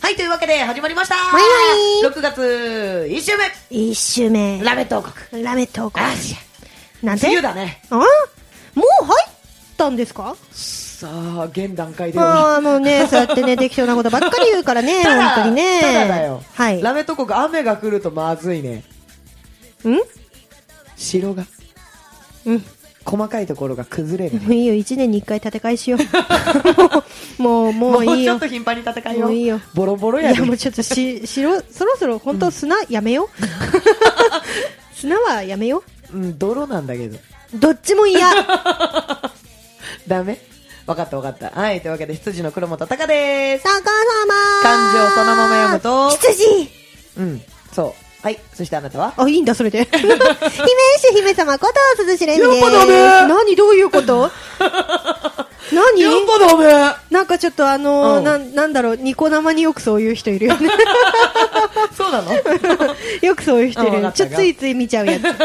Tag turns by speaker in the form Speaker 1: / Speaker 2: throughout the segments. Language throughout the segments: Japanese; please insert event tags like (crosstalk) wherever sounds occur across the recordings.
Speaker 1: はい、というわけで始まりました
Speaker 2: いはい
Speaker 1: 6月1週目
Speaker 2: 一周目。
Speaker 1: ラメット王国。
Speaker 2: ラメット王国
Speaker 1: あ。し
Speaker 2: なんで
Speaker 1: 梅雨だね。
Speaker 2: あもう入ったんですか
Speaker 1: さあ、現段階では。
Speaker 2: ああ、もう
Speaker 1: (laughs)
Speaker 2: ね、そうやってね、適当なことばっかり言うからね、
Speaker 1: ただ、
Speaker 2: 本当にね。
Speaker 1: ただだよ。
Speaker 2: はい。ん
Speaker 1: ラメット王国、雨が降るとまずいね。城が、
Speaker 2: うん。
Speaker 1: 細かいところが崩れる。
Speaker 2: もういいよ、一年に一回建て替えしよ
Speaker 1: (laughs)
Speaker 2: う。もう、もういい
Speaker 1: ちょ
Speaker 2: よ
Speaker 1: っと。頻繁に戦い
Speaker 2: も
Speaker 1: よう。
Speaker 2: ういいよ
Speaker 1: ボロボロ
Speaker 2: い
Speaker 1: や
Speaker 2: や、もう
Speaker 1: で。
Speaker 2: ちょっとし、しろ、そろそろ本当砂やめ
Speaker 1: (laughs)
Speaker 2: よう。砂はやめよ
Speaker 1: うん、泥なんだけど。
Speaker 2: う。どっちも
Speaker 1: (laughs)
Speaker 2: 嫌。
Speaker 1: ダメわかったわかった。はい、というわけで、羊の黒本隆です。
Speaker 2: 逆さま
Speaker 1: 漢字をそのまま読むと
Speaker 2: 羊
Speaker 1: うん、そう。はい、そしてあなたは
Speaker 2: あ、いいんだ、そ
Speaker 1: (laughs)
Speaker 2: れで。姫主姫様こと、鈴しれみです。
Speaker 1: やっぱダメ
Speaker 2: 何どういうこと何
Speaker 1: ダメ
Speaker 2: なんかちょっとあのー
Speaker 1: うん
Speaker 2: なん、なんだろう、ニコ生によくそういう人いるよ
Speaker 1: (laughs)
Speaker 2: ね。
Speaker 1: そう (laughs) なの
Speaker 2: よくそういう人いる
Speaker 1: うん
Speaker 2: よ
Speaker 1: わか
Speaker 2: ね。ち
Speaker 1: った
Speaker 2: ょっとついつい見ちゃう
Speaker 1: (laughs)
Speaker 2: やつ。はい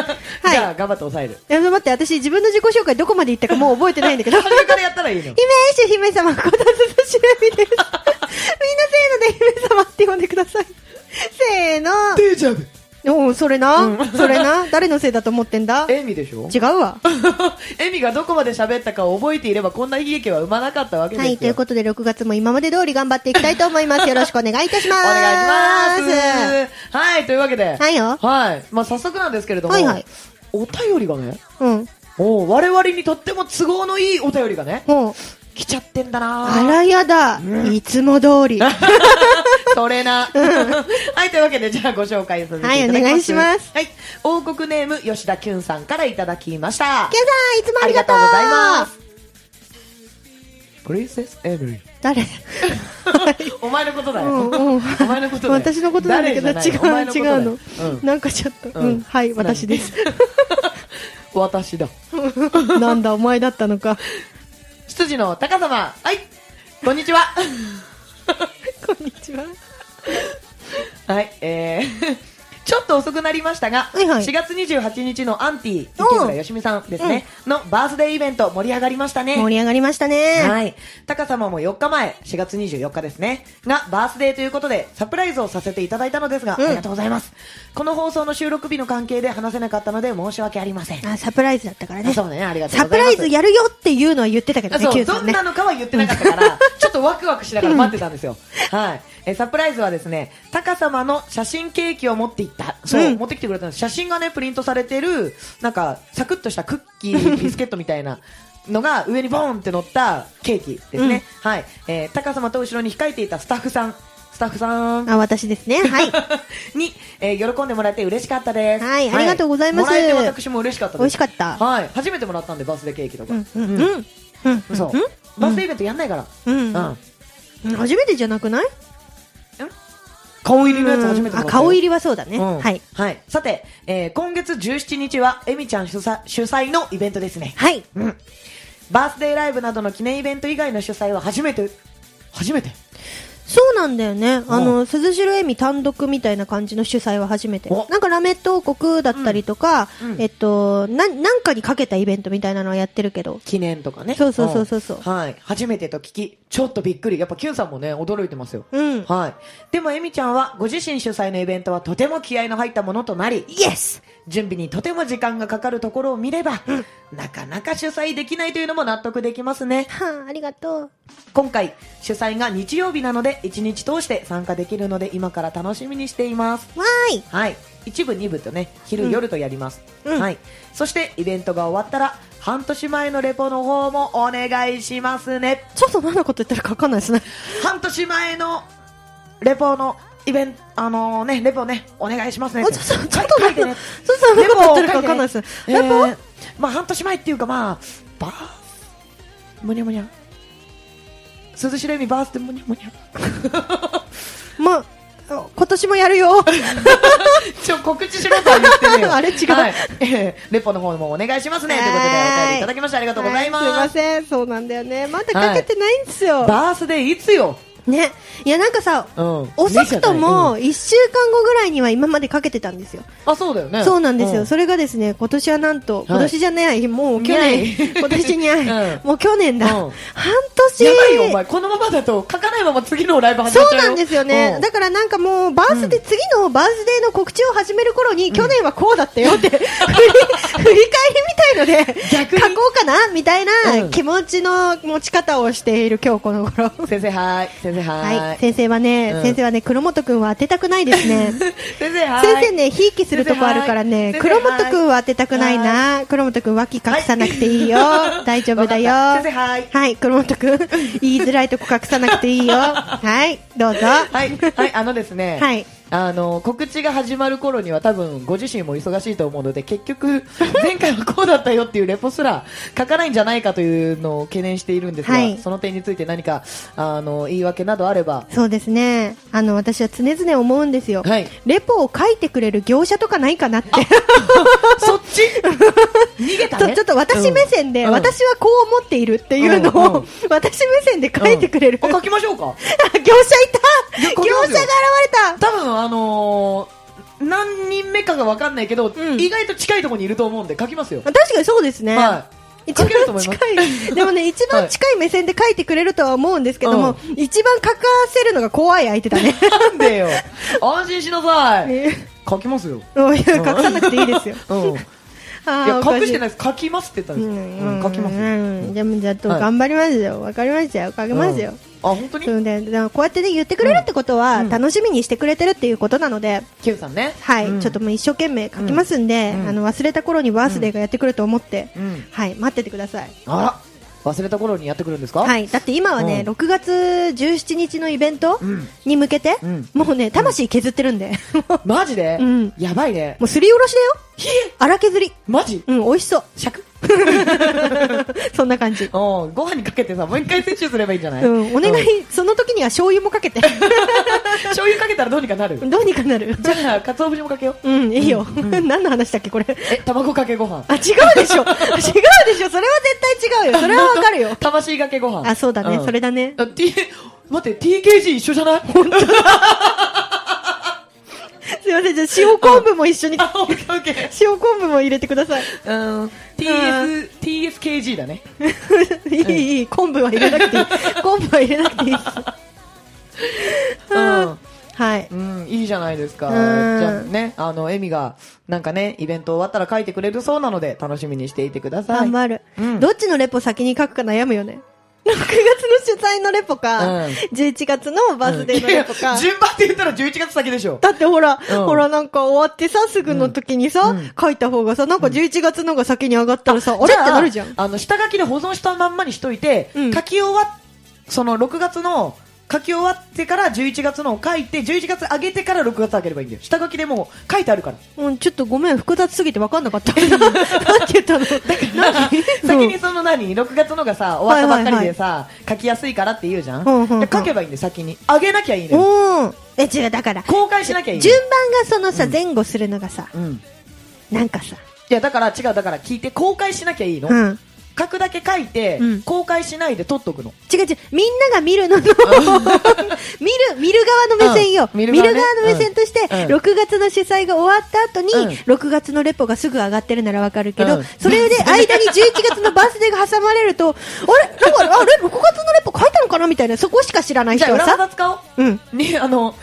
Speaker 1: じゃあ、頑張って抑える。
Speaker 2: いや待って、私自分の自己紹介どこまで行ったか
Speaker 1: (laughs)
Speaker 2: もう覚えてないんだけど。姫
Speaker 1: 初めからやったらい (laughs) いの。
Speaker 2: 主姫様こと、鈴しれ
Speaker 1: (laughs)
Speaker 2: みです。みんなせーので姫様って呼んでください。せーの。
Speaker 1: デジャブ
Speaker 2: おうそれな、それな、誰のせいだと思ってんだ
Speaker 1: エミで (laughs) しょ
Speaker 2: 違うわ。
Speaker 1: エミがどこまで喋ったかを覚えていればこんな悲劇は生まなかったわけです
Speaker 2: は
Speaker 1: よ。
Speaker 2: い、ということで6月も今まで通り頑張っていきたいと思い
Speaker 1: (laughs)
Speaker 2: ます。よろしくお願いいたします。
Speaker 1: お願い
Speaker 2: す。
Speaker 1: します。はい、というわけで。
Speaker 2: はいよ
Speaker 1: はい。まあ、早速なんですけれども。
Speaker 2: はいはい
Speaker 1: お便りがね、
Speaker 2: うん。
Speaker 1: おう我々にとっても都合のいいお便りがね、
Speaker 2: もう、
Speaker 1: 来ちゃってんだ
Speaker 2: あ
Speaker 1: なぁ。
Speaker 2: らやだ。いつも通り。は
Speaker 1: それ
Speaker 2: (laughs)
Speaker 1: な。はい、というわけで、じゃあご紹介させていただきます。
Speaker 2: はいお願いします。
Speaker 1: はい。王国ネーム、吉田きゅんさんからいただきました。
Speaker 2: けさん、いつもありがとう。
Speaker 1: ありがとうございま。す。プリンセスエミリー。
Speaker 2: 誰
Speaker 1: (laughs) お前のことだよ。
Speaker 2: うんうん
Speaker 1: (laughs) お前のことだよ。
Speaker 2: 私のことなんだけど、違う、
Speaker 1: 誰じゃない
Speaker 2: 違うの。
Speaker 1: お前ことだよ
Speaker 2: なんかちょっと、う
Speaker 1: うん
Speaker 2: ん、はい、
Speaker 1: 何
Speaker 2: 私
Speaker 1: (laughs)
Speaker 2: です。
Speaker 1: うん私だ。
Speaker 2: なんだ、お前だったの
Speaker 1: (laughs)
Speaker 2: か。
Speaker 1: 羊の高様。はい。こんにちは。
Speaker 2: こんにちは。
Speaker 1: はい。えー (laughs) ちょっと遅くなりましたが、
Speaker 2: はいはい
Speaker 1: 4月28日のアンティ、池村よしみさんですね、のバースデーイベント盛り上がりましたね。
Speaker 2: 盛り上がりましたね。
Speaker 1: はい。タカ様も4日前、4月24日ですね、がバースデーということでサプライズをさせていただいたのですが、
Speaker 2: うん
Speaker 1: ありがとうございます。この放送の収録日の関係で話せなかったので申し訳ありません。
Speaker 2: あ、サプライズだったからね。
Speaker 1: そうね、ありがとう
Speaker 2: サ
Speaker 1: ござ
Speaker 2: プ
Speaker 1: いま
Speaker 2: ラ
Speaker 1: す。
Speaker 2: イズやるよっていうのは言ってたけど
Speaker 1: あ
Speaker 2: ね、
Speaker 1: そ
Speaker 2: Q
Speaker 1: う、
Speaker 2: さ
Speaker 1: ど
Speaker 2: ん
Speaker 1: ん
Speaker 2: ね
Speaker 1: な。のかは言ってなかった
Speaker 2: (laughs)
Speaker 1: から、ちょっとワクワクしながら待ってたんですよ。はい。えー、サプライズはですね、タカ様の写真ケーキを持っていった。そう、
Speaker 2: うん
Speaker 1: 持ってきてくれたんです。写真がね、プリントされてる、なんか、サクッとしたクッキー、ビスケットみたいな。のが上にボーンって乗ったケーキですね。はい。えー、タカ様と後ろに控えていたスタッフさん、スタッフ
Speaker 2: (laughs)
Speaker 1: さん
Speaker 2: あ、私ですね。
Speaker 1: (laughs)
Speaker 2: はい。
Speaker 1: に、えー喜んでもらえて嬉しかったです。
Speaker 2: はいありがとうございます
Speaker 1: もらえて私も嬉しかったです。
Speaker 2: 美味しかった
Speaker 1: はい。初めてもらったんで、バースデーケーキとか。
Speaker 2: うん、うん、うん。うん、
Speaker 1: そう。バースデーイベントやんないから。
Speaker 2: うん
Speaker 1: う、ん。
Speaker 2: うん初めてじゃなくない
Speaker 1: 顔入りのやつ初めて
Speaker 2: あ顔入
Speaker 1: り
Speaker 2: りはそうだね、はい、
Speaker 1: はい。さて、えー今月17日は、えみちゃん主催主催のイベントですね。
Speaker 2: はい、
Speaker 1: うん。バースデーライブなどの記念イベント以外の主催は初めて、初めて
Speaker 2: そうなんだよねあの鈴代恵美単独みたいな感じの主催は初めて
Speaker 1: お
Speaker 2: なんかラメット王国だったりとか、
Speaker 1: うんうん
Speaker 2: えっとななんかにかけたイベントみたいなのはやってるけど
Speaker 1: 記念とかね。
Speaker 2: そうそうそうそうそうん
Speaker 1: はい。初めてと聞き、ちょっとびっくり。やっぱ、キュンさんもね、驚いてますよ。
Speaker 2: うん
Speaker 1: はい。でも、えみちゃんは、ご自身主催のイベントはとても気合の入ったものとなり、
Speaker 2: イエス
Speaker 1: 準備にとても時間がかかるところを見れば、なかなか主催できないというのも納得できますね。
Speaker 2: はあありがとう
Speaker 1: 今回、主催が日曜日なので、1日通して参加できるので、今から楽しみにしています。
Speaker 2: わーい
Speaker 1: はい。一部、二部とね、昼、
Speaker 2: うん
Speaker 1: 夜とやります。
Speaker 2: うん
Speaker 1: はい。そして、イベントが終わったら、半年前のレポの方もお願いしますね。
Speaker 2: ちょっと何のこと言ってるか分かんないですね
Speaker 1: 半年前のレポのイベント、あのね、レポね、お願いしますね。
Speaker 2: あちょっとちょっと
Speaker 1: 書
Speaker 2: 何
Speaker 1: いて
Speaker 2: の
Speaker 1: ね
Speaker 2: ちょっと何のこと言ってるか分かんないですね
Speaker 1: レポ、えーまあ半年前っていうかまあバーむにゃむにゃ鈴代美バースデーむにゃむにゃ
Speaker 2: もう、今年もやるよ。
Speaker 1: ちょ告知しろとは言ってねえ
Speaker 2: (laughs)
Speaker 1: よ
Speaker 2: あれ違う
Speaker 1: はいええレポの方もお願いしますねということでお便りいただきましてありがとうございます,、
Speaker 2: はいすいません、そうなんだよね。まだかけてないんですよ。
Speaker 1: バースデーいつよ、
Speaker 2: ね。いや、なんかさ、
Speaker 1: うん、
Speaker 2: 遅くと
Speaker 1: ね
Speaker 2: も1週間後ぐらいには今までかけてたんですよ。
Speaker 1: じゃないうんあそうだよね
Speaker 2: そうなんですよ。それがですね、今年はなんと、今年じゃない、もう去年、
Speaker 1: にゃい
Speaker 2: (laughs) 今年にゃい、
Speaker 1: う
Speaker 2: もう去年だ。
Speaker 1: うん
Speaker 2: 半年。
Speaker 1: やばいよお前このままだと書かないまま次のライブ始
Speaker 2: そ
Speaker 1: まっ
Speaker 2: う
Speaker 1: ちゃうよ
Speaker 2: なんですよね。だからなんかもう、バースデー、次のバースデーの告知を始める頃に、去年はこうだった
Speaker 1: (laughs)
Speaker 2: よって、振り、振り返りみたいので、
Speaker 1: 逆に
Speaker 2: 書こうかなみたい
Speaker 1: うん
Speaker 2: な気持ちの持ち方をしている今日この頃。
Speaker 1: うん先生はーい先生はーい、
Speaker 2: はい。先生はね
Speaker 1: う、ん
Speaker 2: 先生はね、黒本くんは当てたくないですね。
Speaker 1: 先生はーい
Speaker 2: 先生ね、ひいきするとこあるからね、
Speaker 1: 先生
Speaker 2: 黒
Speaker 1: はい
Speaker 2: 本くんは当てたくないな。黒本くん脇隠さなくていいよ。大丈夫だよ。
Speaker 1: わかった先生はーい
Speaker 2: はい、黒本くん、言いづらいとこ隠さなくて
Speaker 1: (laughs)
Speaker 2: いいよ。はい、どうぞ。
Speaker 1: はい、はい、あのですね、
Speaker 2: はい
Speaker 1: あの告知が始まる頃には多分ご自身も忙しいと思うので結局 (laughs) 前回はこうだったよっていうレポすら書かないんじゃないかというのを懸念しているんですが、
Speaker 2: はい
Speaker 1: その点について何かあの言い訳などあ
Speaker 2: (laughs)
Speaker 1: れば
Speaker 2: そうですね。あの、私は常々思うんですよ。
Speaker 1: はい
Speaker 2: レポを書いてくれる業者とかないかなって。
Speaker 1: そっち
Speaker 2: (laughs)
Speaker 1: 逃げた
Speaker 2: と
Speaker 1: ね
Speaker 2: ちょっと私目線で、
Speaker 1: うん
Speaker 2: 私はこう思っているっていうのを、
Speaker 1: うんうん
Speaker 2: 私目線で書いてくれる。
Speaker 1: うんあ
Speaker 2: 業
Speaker 1: 書きましょうか
Speaker 2: 者い
Speaker 1: いや
Speaker 2: た
Speaker 1: 書
Speaker 2: 業
Speaker 1: き
Speaker 2: 者
Speaker 1: ま
Speaker 2: が現
Speaker 1: すよ
Speaker 2: れた
Speaker 1: 多分あのー何人目かが分かんないけど、
Speaker 2: うん
Speaker 1: 意外と近いところにいると思うんで書きますよ、
Speaker 2: あ確かにそうですね。
Speaker 1: はい
Speaker 2: 一番
Speaker 1: 書けると思いま
Speaker 2: 近い。でもね、一番近い目線で書いてくれるとは思うんですけども、一番書かせるのが怖い相手だ
Speaker 1: (laughs)
Speaker 2: ね。
Speaker 1: なんでよ安心しなさい
Speaker 2: ね
Speaker 1: 書きますよ
Speaker 2: そういう隠さなくていいですよ。
Speaker 1: うん
Speaker 2: あー
Speaker 1: いや
Speaker 2: おか
Speaker 1: 隠して
Speaker 2: い
Speaker 1: ないです書きますって言ったんですよ、うん書きますよ、
Speaker 2: うん、じゃあ、じゃあと
Speaker 1: はい
Speaker 2: 頑張りますよ。わかりましたよ。書けますよ。
Speaker 1: うんあ本当に
Speaker 2: そうね、だからこうやってね、言ってくれるってことは、
Speaker 1: うん
Speaker 2: 楽しみにしてくれてるっていうことなので、
Speaker 1: キュンさんね
Speaker 2: はい、
Speaker 1: うん
Speaker 2: ちょっともう一生懸命書きますんで、
Speaker 1: うん
Speaker 2: あの、忘れた頃にバースデーがやってくると思って、
Speaker 1: うん
Speaker 2: はい、待っててください。
Speaker 1: あら忘れた頃にやってくるんですか
Speaker 2: はいい、だって今はね、
Speaker 1: うん
Speaker 2: 6月17日のイベント
Speaker 1: うん
Speaker 2: に向けて、
Speaker 1: うん
Speaker 2: もうね、魂削ってるんで、 (laughs) も
Speaker 1: マジで、
Speaker 2: うん
Speaker 1: やばいね
Speaker 2: うすりおろしだよ。荒削り。
Speaker 1: マジ
Speaker 2: うん、美味しそう。
Speaker 1: 尺
Speaker 2: (laughs) そんな感じ。
Speaker 1: おご飯にかけてさもう一回摂取すればいいんじゃない、
Speaker 2: うん、お願
Speaker 1: うん
Speaker 2: い、その時には醤油もかけ
Speaker 1: (laughs)
Speaker 2: て。
Speaker 1: 醤油かけたらどうにかなる
Speaker 2: どうにかなる。
Speaker 1: じゃあ鰹節もかけよう
Speaker 2: うん、いいよ。何の話だっけ、これ。 (laughs)
Speaker 1: え卵かけご飯。
Speaker 2: あ、違うでしょ。違うでしょ。それは絶対違うよ。それはわかるよ
Speaker 1: 魂がけご飯
Speaker 2: あ、そうだね。
Speaker 1: ん
Speaker 2: それだね。
Speaker 1: あ T 待って TKG 一緒じゃない
Speaker 2: すいません。じゃあ塩昆布も一緒に、
Speaker 1: あオッケーオッケー
Speaker 2: 塩昆布も入れてください。
Speaker 1: うん TS TSKG だね
Speaker 2: いい、いい。昆布は入れなくていい。昆布は入れなくていいです。
Speaker 1: うん
Speaker 2: はい。
Speaker 1: うん、いいじゃないですか。
Speaker 2: うん
Speaker 1: じゃあね、あの、エミが、なんかね、イベント終わったら書いてくれるそうなので、楽しみにしていてください。
Speaker 2: 頑張る、
Speaker 1: うん
Speaker 2: どっちのレポ先に書くか悩むよね。6月の主催のレポか、
Speaker 1: うん
Speaker 2: 11月のバースデーの
Speaker 1: い
Speaker 2: レ
Speaker 1: やい
Speaker 2: ポ
Speaker 1: や
Speaker 2: か。
Speaker 1: 順番って言ったら11月先でしょ。
Speaker 2: だってほら、
Speaker 1: うん
Speaker 2: ほらなんか終わってさ、すぐの時にさ、
Speaker 1: うん
Speaker 2: 書いた方がさ、なんか11月のが先に上がったらさ、あれってなるじゃん。
Speaker 1: あの、下書きで保存したまんまにしといて、
Speaker 2: うん
Speaker 1: 書き終わっ、その6月の、書き終わってから11月のを書いて、11月上げてから6月上げればいいんだよ。下書きでもう書いてあるから。
Speaker 2: うん、ちょっとごめん、複雑すぎて分かんなかった。なんて言ったの (laughs) 何
Speaker 1: 先にその何、6月のがさ、終わったばっかりでさ、書きやすいからって言うじゃん。
Speaker 2: うんうんうん
Speaker 1: で書けばいいんだよ、先に。上げなきゃいいのよ。
Speaker 2: うん。うんえ、違う、だから、
Speaker 1: 公開しなきゃいいの
Speaker 2: 順
Speaker 1: よ。
Speaker 2: 番がそのさ、前後するのがさ、
Speaker 1: うん。
Speaker 2: なんかさ、
Speaker 1: いやだから違うだから聞いて公開しなきゃいいの、
Speaker 2: うん。
Speaker 1: 書くだけ書いて、
Speaker 2: うん
Speaker 1: 公開しないで取っとくの
Speaker 2: 違う違う、みんなが見るのの、 (laughs) 見る、見る側の目線よ。
Speaker 1: うん
Speaker 2: 見
Speaker 1: 見
Speaker 2: る
Speaker 1: る側ね
Speaker 2: 側の目線として、
Speaker 1: うん
Speaker 2: 6月の主催が終わった後に、
Speaker 1: うん
Speaker 2: 6月のレポがすぐ上がってるならわかるけど、
Speaker 1: うん
Speaker 2: それで間に11月のバースデーが挟まれる
Speaker 1: (laughs)
Speaker 2: と、あれなんかあれ、あれ ?6 月のレポ書いたのかなみたいな、そこしか知らない
Speaker 1: じゃ
Speaker 2: 人
Speaker 1: あ
Speaker 2: は
Speaker 1: 裏
Speaker 2: さ、
Speaker 1: 技使お
Speaker 2: うん。
Speaker 1: うねあの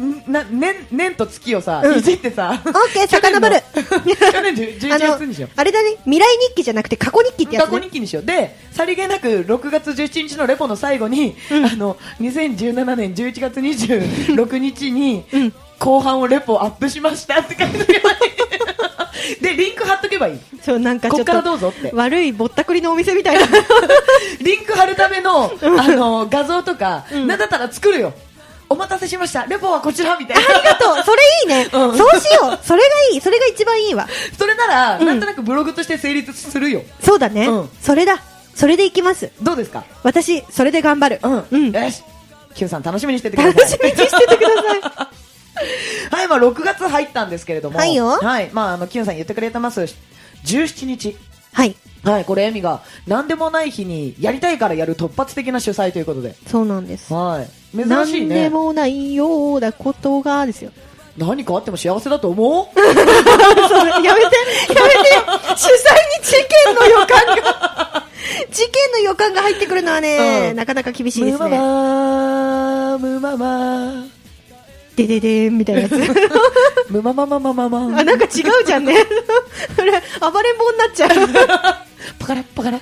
Speaker 1: んな年年と月をさ、
Speaker 2: うん
Speaker 1: いじっ
Speaker 2: (laughs)
Speaker 1: てさ
Speaker 2: オッケー、
Speaker 1: (laughs)
Speaker 2: 遡る。
Speaker 1: 去年の去年11月にしよう
Speaker 2: あれだね、未来日記じゃなくて過去日記ってや
Speaker 1: 過
Speaker 2: つ
Speaker 1: 去
Speaker 2: ね
Speaker 1: 日。記にしようでさりげなく6月17日のレポの最後に、あの2017年11月26日に、
Speaker 2: うん
Speaker 1: 後半をレポアップしましたって書いておけばいい (laughs) でリンク貼っとけばいい
Speaker 2: そう、なんかち
Speaker 1: こ
Speaker 2: ょ
Speaker 1: っ
Speaker 2: っと
Speaker 1: からどうぞって
Speaker 2: 悪いぼったくりのお店みたいな。 (laughs)
Speaker 1: リンク貼るための、あの、画像とか、
Speaker 2: ん
Speaker 1: なんだったら作るよ。お待たせしました。レポはこちらみたいな。
Speaker 2: ありがとう、それいいね。
Speaker 1: うん
Speaker 2: そうしよう。それがいい。それが一番いいわ。
Speaker 1: それなら、
Speaker 2: うん
Speaker 1: なんとなくブログとして成立するよ。
Speaker 2: そうだね。
Speaker 1: うん
Speaker 2: それだ。それでいきます。
Speaker 1: どうですか
Speaker 2: 私、それで頑張る。うん。
Speaker 1: よし。Q さん楽しみにしててくだ
Speaker 2: 楽
Speaker 1: さい。
Speaker 2: しみにしててください。
Speaker 1: はい、まあ6月入ったんですけれども。
Speaker 2: はいよ
Speaker 1: はい、まああの、キュンさん言ってくれてます。17日。
Speaker 2: はい。
Speaker 1: (laughs) はい、これエミが何でもない日にやりたいからやる突発的な主催ということで。
Speaker 2: そうなんです。
Speaker 1: はい。珍しい
Speaker 2: 何で
Speaker 1: ね。
Speaker 2: もないようなことがです
Speaker 1: (laughs)
Speaker 2: よ。
Speaker 1: 何かあっても幸せだと思う
Speaker 2: そうやめて、やめて、主催に事件の予感が、
Speaker 1: (laughs)
Speaker 2: 事件の予感が入ってくるのはね、
Speaker 1: うん
Speaker 2: なかなか厳しいで
Speaker 1: ム
Speaker 2: す
Speaker 1: マ
Speaker 2: ね。
Speaker 1: マー、ムママー、
Speaker 2: でででーんみたい
Speaker 1: (laughs)
Speaker 2: なやつ。
Speaker 1: ムママママママ
Speaker 2: あ、なんか違うじゃんね。それ、暴れん坊になっちゃ
Speaker 1: (laughs) パカラパカラ。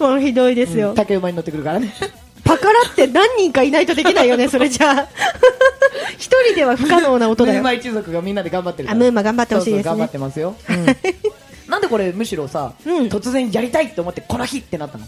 Speaker 2: う。もうひどいですよ。
Speaker 1: 竹馬に乗ってくるからね。
Speaker 2: パカラって何人かいないとできないよ
Speaker 1: (laughs)
Speaker 2: ね、それじゃあ。一人では不可能な音
Speaker 1: ム
Speaker 2: だ
Speaker 1: ー
Speaker 2: よ
Speaker 1: マ。一族がみんなで頑張ってるから。
Speaker 2: あムーマ頑張ってほしいですね
Speaker 1: そうそう頑張ってますよ。なんでこれむしろさ、
Speaker 2: うん
Speaker 1: 突然やりたいって思ってこの日ってなったの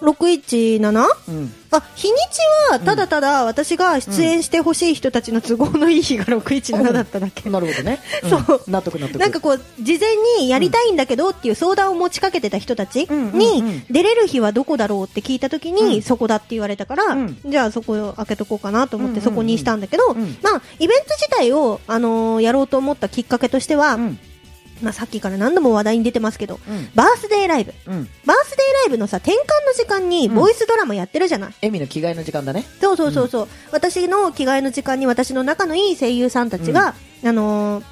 Speaker 2: 617?
Speaker 1: うん。
Speaker 2: あ、日にちは、ただただ私が出演してほしい人たちの都合のいい日が617だっただけ。
Speaker 1: なるほどね。ん
Speaker 2: そう
Speaker 1: 納得納得。
Speaker 2: なんかこう、事前にやりたいんだけどっていう相談を持ちかけてた人たち
Speaker 1: うんうんうん
Speaker 2: に、出れる日はどこだろうって聞いたとき
Speaker 1: うん
Speaker 2: に、そこだって言われたから
Speaker 1: うん、
Speaker 2: じゃあそこを開けとこうかなと思っ
Speaker 1: うんうんう
Speaker 2: て
Speaker 1: ん
Speaker 2: そこにしたんだけど、
Speaker 1: う
Speaker 2: ま
Speaker 1: ん
Speaker 2: あ、イベント自体を、あのー、やろうと思ったきっかけとしては
Speaker 1: う、ん。
Speaker 2: まあさっきから何度も話題に出てますけど
Speaker 1: うん、
Speaker 2: バースデーライブ。
Speaker 1: うん。
Speaker 2: バースデーライブのさ、転換の時間にボイスドラマやってるじゃない。
Speaker 1: エミの着替えの時間だね。
Speaker 2: そうそうそうそう、私の着替えの時間に私の仲のいい声優さんたちが、あのー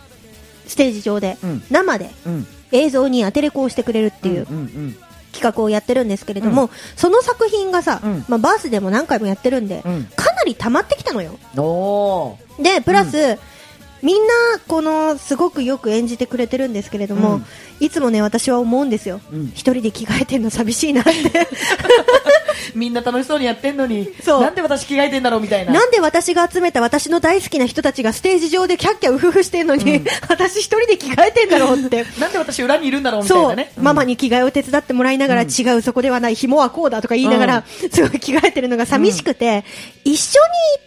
Speaker 2: ステージ上で、
Speaker 1: うん
Speaker 2: 生で
Speaker 1: うん。
Speaker 2: 映像にアテレコをしてくれるっていう
Speaker 1: うんうん
Speaker 2: 企画をやってるんですけれども、その作品がさ、
Speaker 1: うん
Speaker 2: まあ、バースでも何回もやってるんで、
Speaker 1: うん
Speaker 2: かなり溜まってきたのよ
Speaker 1: うん。おー。
Speaker 2: でプラス、みんなこのすごくよく演じてくれてるんですけれども、
Speaker 1: うん
Speaker 2: いつもね私は思うんですよ、
Speaker 1: うん
Speaker 2: 一人で着替えてんの寂しい
Speaker 1: (laughs)
Speaker 2: なって
Speaker 1: みんな楽しそうにやってんのに、
Speaker 2: そう
Speaker 1: なんで私着替えてんだろうみたいな。
Speaker 2: なんで私が集めた私の大好きな人たちがステージ上でキャッキャウフフしてんのに、 (laughs) 私一人で着替えてんだろうって。
Speaker 1: なんで私裏にいるんだろうみたい
Speaker 2: そ
Speaker 1: な
Speaker 2: う、
Speaker 1: ね。
Speaker 2: ママ
Speaker 1: に。
Speaker 2: に着替えを手伝ってもらいながら、
Speaker 1: うん
Speaker 2: 違う、そこではない、紐はこうだとか言いながら、 (laughs) すごい着替えてるのが寂しくて、一緒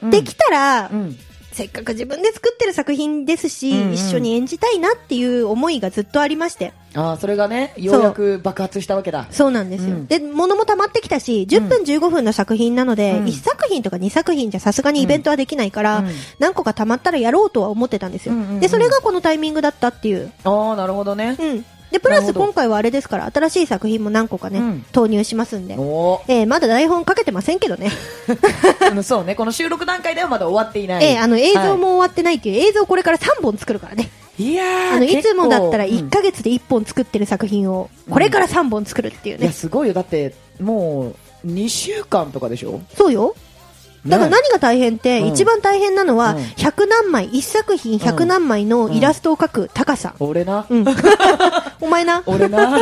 Speaker 2: にできたら、
Speaker 1: うん。
Speaker 2: せっかく自分で作ってる作品ですし、
Speaker 1: うんうん
Speaker 2: 一緒に演じたいなっていう思いがずっとありまして、
Speaker 1: ああ、それがね、ようやく爆発したわけだ。
Speaker 2: そうなんですよ。
Speaker 1: うん
Speaker 2: で、物も溜まってきたし、10分15分の作品なので、
Speaker 1: うん
Speaker 2: 1作品とか2作品じゃさすがにイベントはできないから、
Speaker 1: うん
Speaker 2: 何個か溜まったらやろうとは思ってたんですよ。
Speaker 1: うんうんうん
Speaker 2: で、それがこのタイミングだったっていう。
Speaker 1: ああ、なるほどね
Speaker 2: う。ん。で、プラ
Speaker 1: なる
Speaker 2: ス
Speaker 1: ほど
Speaker 2: 今回はあれですから、新しい作品も何個かね、
Speaker 1: うん
Speaker 2: 投入しますんで。
Speaker 1: お
Speaker 2: えーまだ台本かけてませんけどね。
Speaker 1: ーうんそうね、この収録段階ではまだ終わっていない。
Speaker 2: えーあの映像
Speaker 1: は
Speaker 2: も終わってないっていう、映像これから3本作るからね。
Speaker 1: い。いやー
Speaker 2: あの、いつもだったら
Speaker 1: 結構
Speaker 2: 1ヶ月で1本作ってる作品を、これから3本作るっていう
Speaker 1: うんいや、
Speaker 2: ね。
Speaker 1: すごいよ。だって、もう、2週間とかでしょ
Speaker 2: そうよ。だから
Speaker 1: ね
Speaker 2: 何が大変って、
Speaker 1: うん
Speaker 2: 一番大変なのは、
Speaker 1: うん
Speaker 2: 100何枚、一作品100何枚のイラストを描く高さ。
Speaker 1: 俺な。 (laughs)
Speaker 2: うん。お前な。
Speaker 1: 俺な。 (laughs)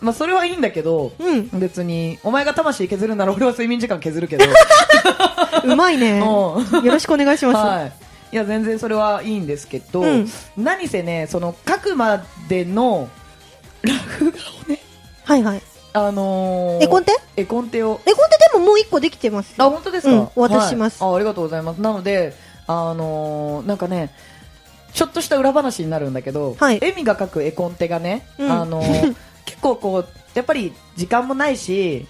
Speaker 1: まあ、それはいいんだけど、
Speaker 2: うん。
Speaker 1: 別に、お前が魂削るなら俺は睡眠時間削
Speaker 2: (laughs)
Speaker 1: るけど。
Speaker 2: うまいね。よ
Speaker 1: う
Speaker 2: ろしくお願いします。
Speaker 1: はい。いや、全然それはいいんですけど、
Speaker 2: うん
Speaker 1: 何せね、その、書くまでの、
Speaker 2: はいはい。
Speaker 1: あのー、
Speaker 2: 絵コンテ
Speaker 1: 絵コンテを。
Speaker 2: 絵コンテでももう一個できてます。
Speaker 1: あ、本当ですか、
Speaker 2: うんお渡しします
Speaker 1: はいあ。ありがとうございます。なので、あのーなんかね、ちょっとした裏話になるんだけど、
Speaker 2: はい
Speaker 1: エミが描く絵コンテがね、
Speaker 2: うん
Speaker 1: あ
Speaker 2: (laughs)
Speaker 1: のー結構こう、やっぱり時間もないし、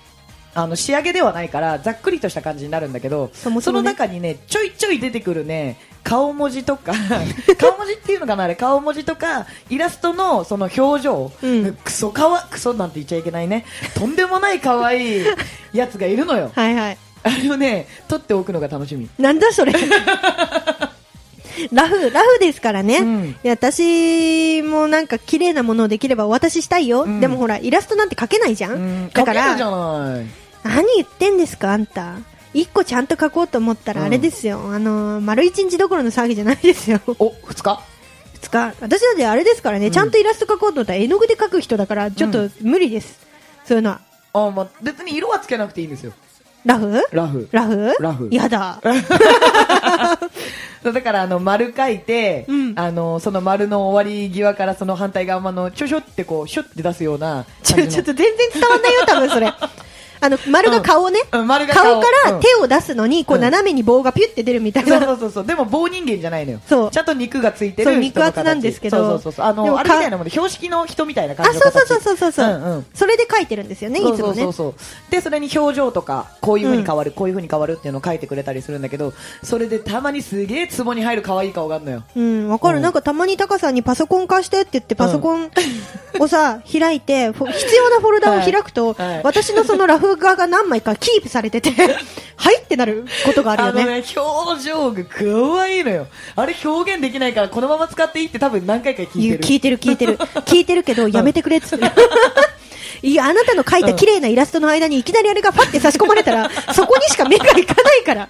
Speaker 1: あの仕上げではないからざっくりとした感じになるんだけど
Speaker 2: そも
Speaker 1: そ
Speaker 2: そも
Speaker 1: の
Speaker 2: ね
Speaker 1: 中にねちょいちょい出てくるね顔文字とか (laughs) 顔文字っていうのかなあれ顔文字とかイラストのその表情、
Speaker 2: うん
Speaker 1: クソかわクソなんて言っちゃいけないねとんでもない可愛いやつがいるのよ
Speaker 2: はいはい。
Speaker 1: あれをね、取っておくのが楽しみ。
Speaker 2: なんだそれ。ラフ、ラフですからね。
Speaker 1: うん
Speaker 2: いや、私もなんか綺麗なものをできればお渡ししたいよ。
Speaker 1: うん
Speaker 2: でもほら、イラストなんて描けないじゃん。だから、
Speaker 1: 書けるじゃない。
Speaker 2: 何言ってんですかあんた一個ちゃんと書こうと思った
Speaker 1: う
Speaker 2: ら
Speaker 1: ん
Speaker 2: あれですよ、あのー丸一日どころの騒ぎじゃないですよ
Speaker 1: お、二日
Speaker 2: 二日私だってあれですからね、
Speaker 1: うん
Speaker 2: ちゃんとイラスト描こうと思ったら絵の具で描く人だからちょっ
Speaker 1: う
Speaker 2: と無理です、そういうのは
Speaker 1: あ、まあ、別に色はつけなくていいんですよ。
Speaker 2: ラフ
Speaker 1: ラフ。
Speaker 2: ラフ
Speaker 1: ラフ
Speaker 2: やだ
Speaker 1: そうだから、あの、丸書いて、
Speaker 2: うん
Speaker 1: あの、その丸の終わり際からその反対側の、ちょしょってこう、シュッて出すような
Speaker 2: ち
Speaker 1: 感
Speaker 2: ょ
Speaker 1: じの。
Speaker 2: ちょっと全然伝わんないよ多分それああの、丸が顔ね。
Speaker 1: うんうん丸が顔
Speaker 2: 顔から
Speaker 1: うん
Speaker 2: 手を出すのに、こう、
Speaker 1: うん
Speaker 2: 斜めに棒がピュって出るみたい
Speaker 1: そう
Speaker 2: な。
Speaker 1: そうそうそうでも棒人間じゃないのよ
Speaker 2: そう
Speaker 1: ちゃんと肉がついてる
Speaker 2: そう肉厚なんですけど
Speaker 1: 人の形そうそうそうあ
Speaker 2: でも
Speaker 1: の
Speaker 2: か
Speaker 1: あれみたいなもんで標識の人みたいな
Speaker 2: あ、
Speaker 1: 感じの
Speaker 2: そう
Speaker 1: 形
Speaker 2: そうそうそうそう。
Speaker 1: んうん
Speaker 2: それで書いてるんですよね、いつもね。
Speaker 1: そうそうそうそうでそれに表情とかこういう風に変わる、こういう風に変わるっていうのを書いてくれたりするんだけどそれでたまにすげえツボに入る可愛い顔があるのよ
Speaker 2: うん、わかる。
Speaker 1: うん
Speaker 2: なんかたまにタカさんにパソコン貸してって言ってパソコンをさ、開いて、フォ必要なフォルダを開くと、
Speaker 1: はいはい
Speaker 2: 私のそのラフ画が何枚かキープされて (laughs) て、はいってなることがあるよね。
Speaker 1: のね表情が可愛いのよあれ表現できないからこのまま使っていいって多分何回か聞い
Speaker 2: 言
Speaker 1: て
Speaker 2: う
Speaker 1: る
Speaker 2: 聞いてる聞いてる。
Speaker 1: (laughs)
Speaker 2: 聞いてるけど、やめてくれっつって。 (laughs) いや、あなたの描いた綺麗なイラストの間にいきなりあれがパッて差し込まれたら、そこにしか目がいかないから。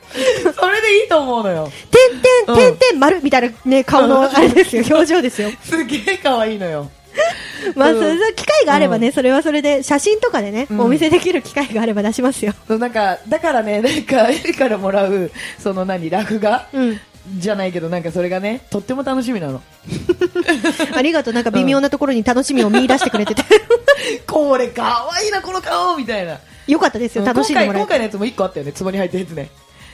Speaker 1: それでいいと思うのよ
Speaker 2: てんてん、て
Speaker 1: うん
Speaker 2: んてん、丸みたいなね、顔のあれですよ、表情ですよ。
Speaker 1: すげえ可愛いのよ
Speaker 2: (laughs) まあ、
Speaker 1: うん
Speaker 2: そういう機会があればね、それはそれで、写真とかでね、
Speaker 1: うん
Speaker 2: お見せできる機会があれば出しますよ。
Speaker 1: (laughs) そうなんかだからねなんかエリからもらうその何ラフが、
Speaker 2: うん。
Speaker 1: じゃないけどなんかそれがねとっても楽しみな
Speaker 2: (laughs)
Speaker 1: の
Speaker 2: ありがとう、なんか微妙なところに楽しみを見出してくれてて。
Speaker 1: (laughs) これ可愛いなこの顔みたいな
Speaker 2: よかったですよ、楽しんでもらえ
Speaker 1: 今
Speaker 2: て。
Speaker 1: 回今回のやつも1個あったよね壺に入ったやつね